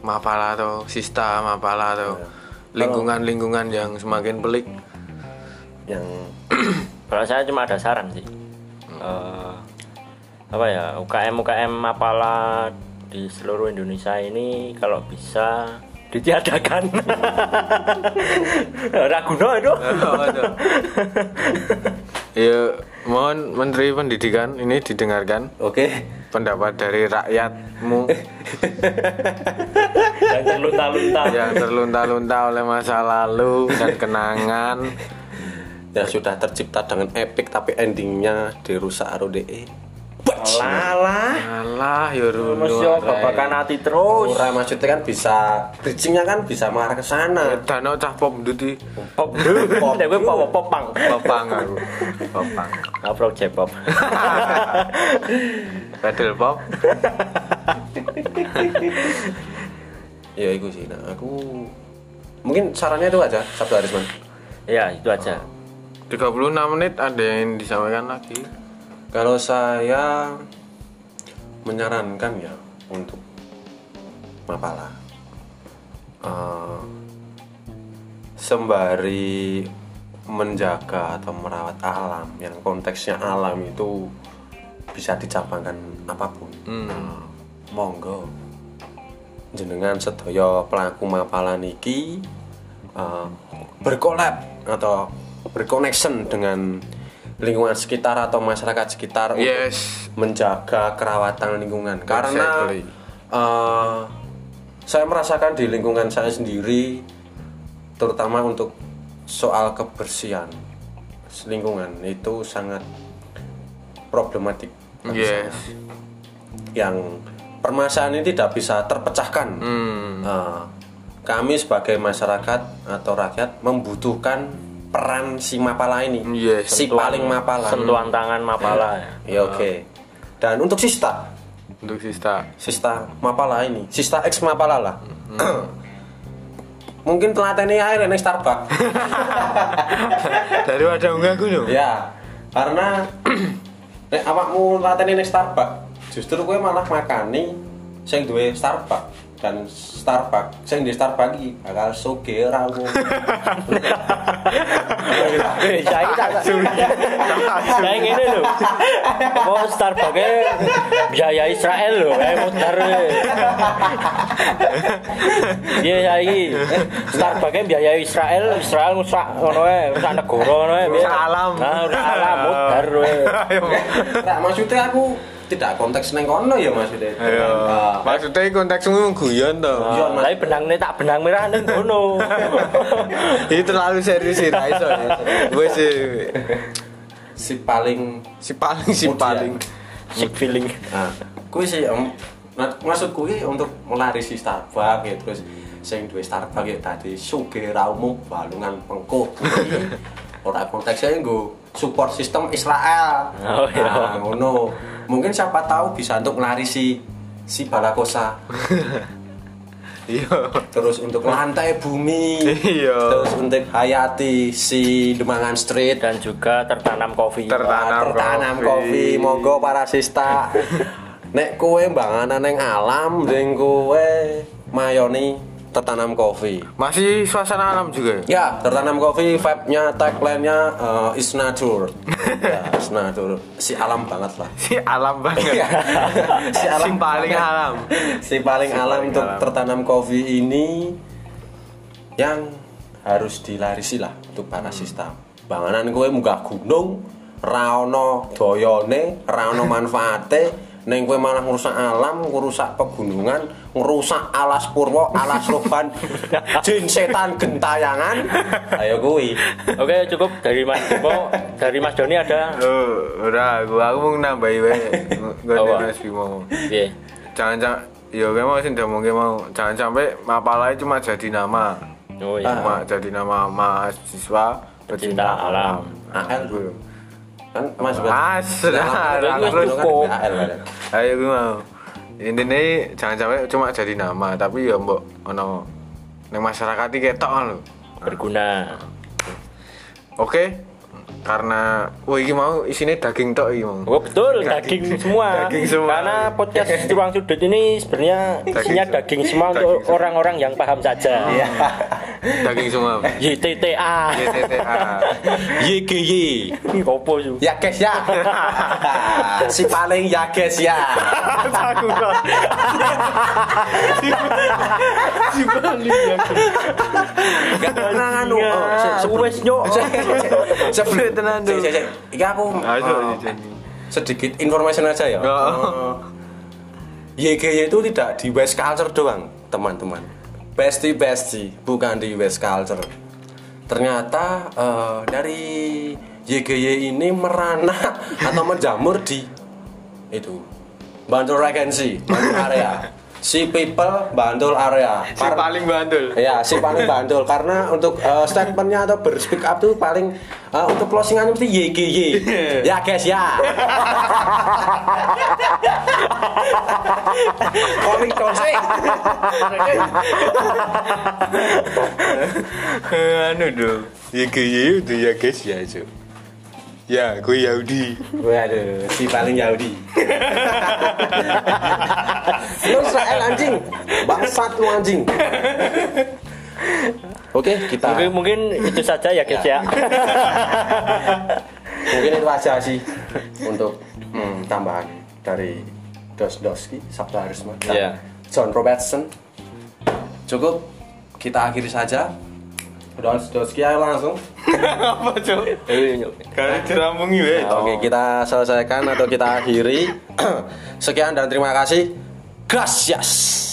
Speaker 3: Mapala atau Sista Mapala atau lingkungan-lingkungan yang semakin pelik.
Speaker 1: yang
Speaker 2: Kalau saya cuma ada saran sih. Eh, apa ya UKM UKM apalah di seluruh Indonesia ini kalau bisa ditiadakan. Raguno itu.
Speaker 3: Ya, mohon Menteri Pendidikan ini didengarkan
Speaker 1: oke.
Speaker 3: pendapat dari rakyatmu
Speaker 2: Dan terlunta-lunta.
Speaker 3: yang terlunta-lunta oleh masa lalu dan kenangan.
Speaker 1: Ya sudah tercipta dengan epic tapi endingnya dirusak E. RODE.
Speaker 2: Lala.
Speaker 3: Alah, ya Runo,
Speaker 2: Mas kan. yo babakan hati terus.
Speaker 1: Ora maksudnya kan bisa bridgingnya kan bisa marah ke sana.
Speaker 3: Dan no cah pop duti
Speaker 2: Iya, Pop. Nek kowe pop popang.
Speaker 3: popang aku. Popang.
Speaker 2: Afro J-pop.
Speaker 3: Pedal pop.
Speaker 1: ya itu sih nah aku mungkin sarannya itu aja Sabtu Harisman
Speaker 2: Ya, itu aja.
Speaker 3: 36 menit ada yang disampaikan lagi.
Speaker 1: kalau saya menyarankan ya untuk Mapala Eh, sembari menjaga atau merawat alam yang konteksnya alam itu bisa dicapangkan apapun Nah, monggo jenengan sedaya pelaku mapala niki eh, berkolab atau berkoneksi dengan lingkungan sekitar atau masyarakat sekitar
Speaker 3: Iya,
Speaker 1: untuk
Speaker 3: Yes.
Speaker 1: menjaga kerawatan lingkungan karena
Speaker 3: Exactly.
Speaker 1: eh, saya merasakan di lingkungan saya sendiri terutama untuk soal kebersihan lingkungan itu sangat problematik bagi saya
Speaker 3: Yes.
Speaker 1: yang permasalahan ini tidak bisa terpecahkan. Nah, kami sebagai masyarakat atau rakyat membutuhkan peran si mapala ini,
Speaker 3: Yes,
Speaker 1: si paling mapala.
Speaker 2: Sentuhan tangan mapala.
Speaker 1: Ya oke. Dan untuk sista,
Speaker 3: Untuk Sista.
Speaker 1: sista mapala ini, sista ex mapala lah. Mungkin telaten ini air ini Starbucks.
Speaker 3: Dari wadah unggah gunung.
Speaker 1: ya, karena nek awakmu telaten ini Starbucks, justru kowe malah makani sing duwe Starbucks dan Starbucks sing di Starbucks iki bakal sugih ra
Speaker 2: Eh, saya tak Saya ngene lho. Mau Starbucks-e biaya Israel lho, kayak muter. Iya, saya iki. Starbucks-e biaya Israel, Israel rusak ngono ae, rusak negara ngono ae.
Speaker 3: Rusak alam.
Speaker 2: Nah, rusak alam muter we.
Speaker 1: Nah, Eh, maksudnya aku tidak konteks neng kono ya maksudnya.
Speaker 3: Ayo.
Speaker 1: Ah,
Speaker 3: Maksudnya konteksmu guyon toh.
Speaker 1: Iya, Mas.
Speaker 2: Tapi benangnya tak benang merah ning ngono.
Speaker 3: Ini terlalu serius sih, ra iso. ya. Wes si
Speaker 1: si paling
Speaker 3: si paling si
Speaker 1: Mujian.
Speaker 3: paling.
Speaker 2: Sick feeling.
Speaker 1: nah, kuwi sih em, mak- maksudku kuwi untuk melarisi Starbucks ya terus sing duwe Starbucks ya tadi sugih ra umum balungan pengko. Ora konteksnya nggo support sistem Israel.
Speaker 2: Oh, iya.
Speaker 1: Nah, ngono. Mungkin siapa tahu bisa untuk melarisi si balakosa
Speaker 3: Iya.
Speaker 1: terus untuk lantai bumi
Speaker 3: Iya.
Speaker 1: terus untuk hayati si Demangan Street
Speaker 2: dan juga tertanam kopi.
Speaker 3: Tertanam
Speaker 1: tertanam kopi.
Speaker 3: kopi.
Speaker 1: monggo para sista nek kue banganan neng alam ding kue mayoni tertanam kopi
Speaker 3: Masih suasana alam juga.
Speaker 1: ya tertanam kopi vibe nya tagline nya eh, is nature ya, is nature si alam banget lah
Speaker 3: Si alam banget.
Speaker 1: si alam
Speaker 3: si paling
Speaker 1: banget.
Speaker 3: alam.
Speaker 1: si paling
Speaker 3: Si
Speaker 1: alam
Speaker 3: paling
Speaker 1: untuk
Speaker 3: alam.
Speaker 1: tertanam kopi ini yang harus dilarisi lah untuk para sistem banganan kowe munggah gunung ra ono doyone ra ono manfaate Neng kowe malah ngerusak alam, ngerusak pegunungan, ngerusak alas purwo, alas ruban, jin setan gentayangan. Ayo kuwi.
Speaker 2: Oke cukup dari Mas Bimo, dari Mas Doni ada.
Speaker 3: Loh, ora aku aku mau nambahi wae.
Speaker 2: Apa?
Speaker 3: Ngene Mas Bimo.
Speaker 2: Iya.
Speaker 3: Jangan-jangan ya kayak mau sing ngomong mau. Jangan sampai mapalai cuma jadi nama.
Speaker 2: Oh iya.
Speaker 3: Cuma jadi nama mahasiswa
Speaker 2: Pecinta alam.
Speaker 1: AL
Speaker 3: Aku.
Speaker 1: kan Mas
Speaker 3: Mas, nah,
Speaker 1: Lah,
Speaker 2: aku
Speaker 1: kan
Speaker 2: cukup.
Speaker 1: AL kan.
Speaker 3: Ayo gue mau. Intinya jangan sampai cuma jadi nama, tapi ya mbok ono neng masyarakat iki ketok kan lho.
Speaker 2: Berguna.
Speaker 3: Oke. Karena wah iki mau isine daging tok iki mau.
Speaker 2: Oh betul daging, semua.
Speaker 3: Daging semua.
Speaker 2: Karena podcast ruang sudut ini sebenarnya
Speaker 3: Daging
Speaker 2: isinya
Speaker 3: semua.
Speaker 2: daging semua
Speaker 3: Daging
Speaker 2: untuk
Speaker 3: semua.
Speaker 2: orang-orang yang paham saja.
Speaker 1: Iya.
Speaker 3: Daging semua. Iya,
Speaker 2: YTTA.
Speaker 3: YTTA.
Speaker 1: YGY.
Speaker 2: Ini Opo sih.
Speaker 1: Ya guys ya. si paling ya guys ya. Gak
Speaker 2: Nah,
Speaker 1: tenang anu.
Speaker 3: Iya.
Speaker 1: oh, se- se-
Speaker 2: Wes nyok.
Speaker 1: Sebelum
Speaker 3: Sik, tenang,
Speaker 1: Sik,
Speaker 3: Dok.
Speaker 1: sik, sik. Iki aku
Speaker 3: Ayo
Speaker 1: eh, sedikit information aja ya.
Speaker 3: Ya.
Speaker 1: Eh, YGY itu tidak di West Culture doang, teman-teman. Besti besti, bukan di West Culture. Ternyata eh, dari YGY ini merana atau menjamur di itu Bantul Regency, Bantul area. Si people Bantul area.
Speaker 3: Si
Speaker 1: Par-
Speaker 3: paling bandel.
Speaker 1: Ya, si paling bandel karena untuk eh, statementnya atau berspeak up tuh paling eh, untuk closingannya mesti YGY. ya guys ya. Komik toxic.
Speaker 3: anu dong ya gaya itu ya guys ya itu ya gue Yahudi
Speaker 1: Waduh, si paling Yahudi. lu Israel anjing, bangsat lu anjing. Oke, kita
Speaker 2: Mungkin
Speaker 1: mungkin,
Speaker 2: mungkin itu saja ya guys ya.
Speaker 1: itu aja sih untuk hmm, tambahan dari Dos Doski Sabtu Harisman. dan
Speaker 2: Iya.
Speaker 1: John Robertson. Cukup kita akhiri saja. Dos Doski ayo langsung.
Speaker 3: apa cok karena diramungi weh
Speaker 1: Nah, Oke, kita selesaikan atau kita akhiri. Sekian dan terima kasih. Gracias.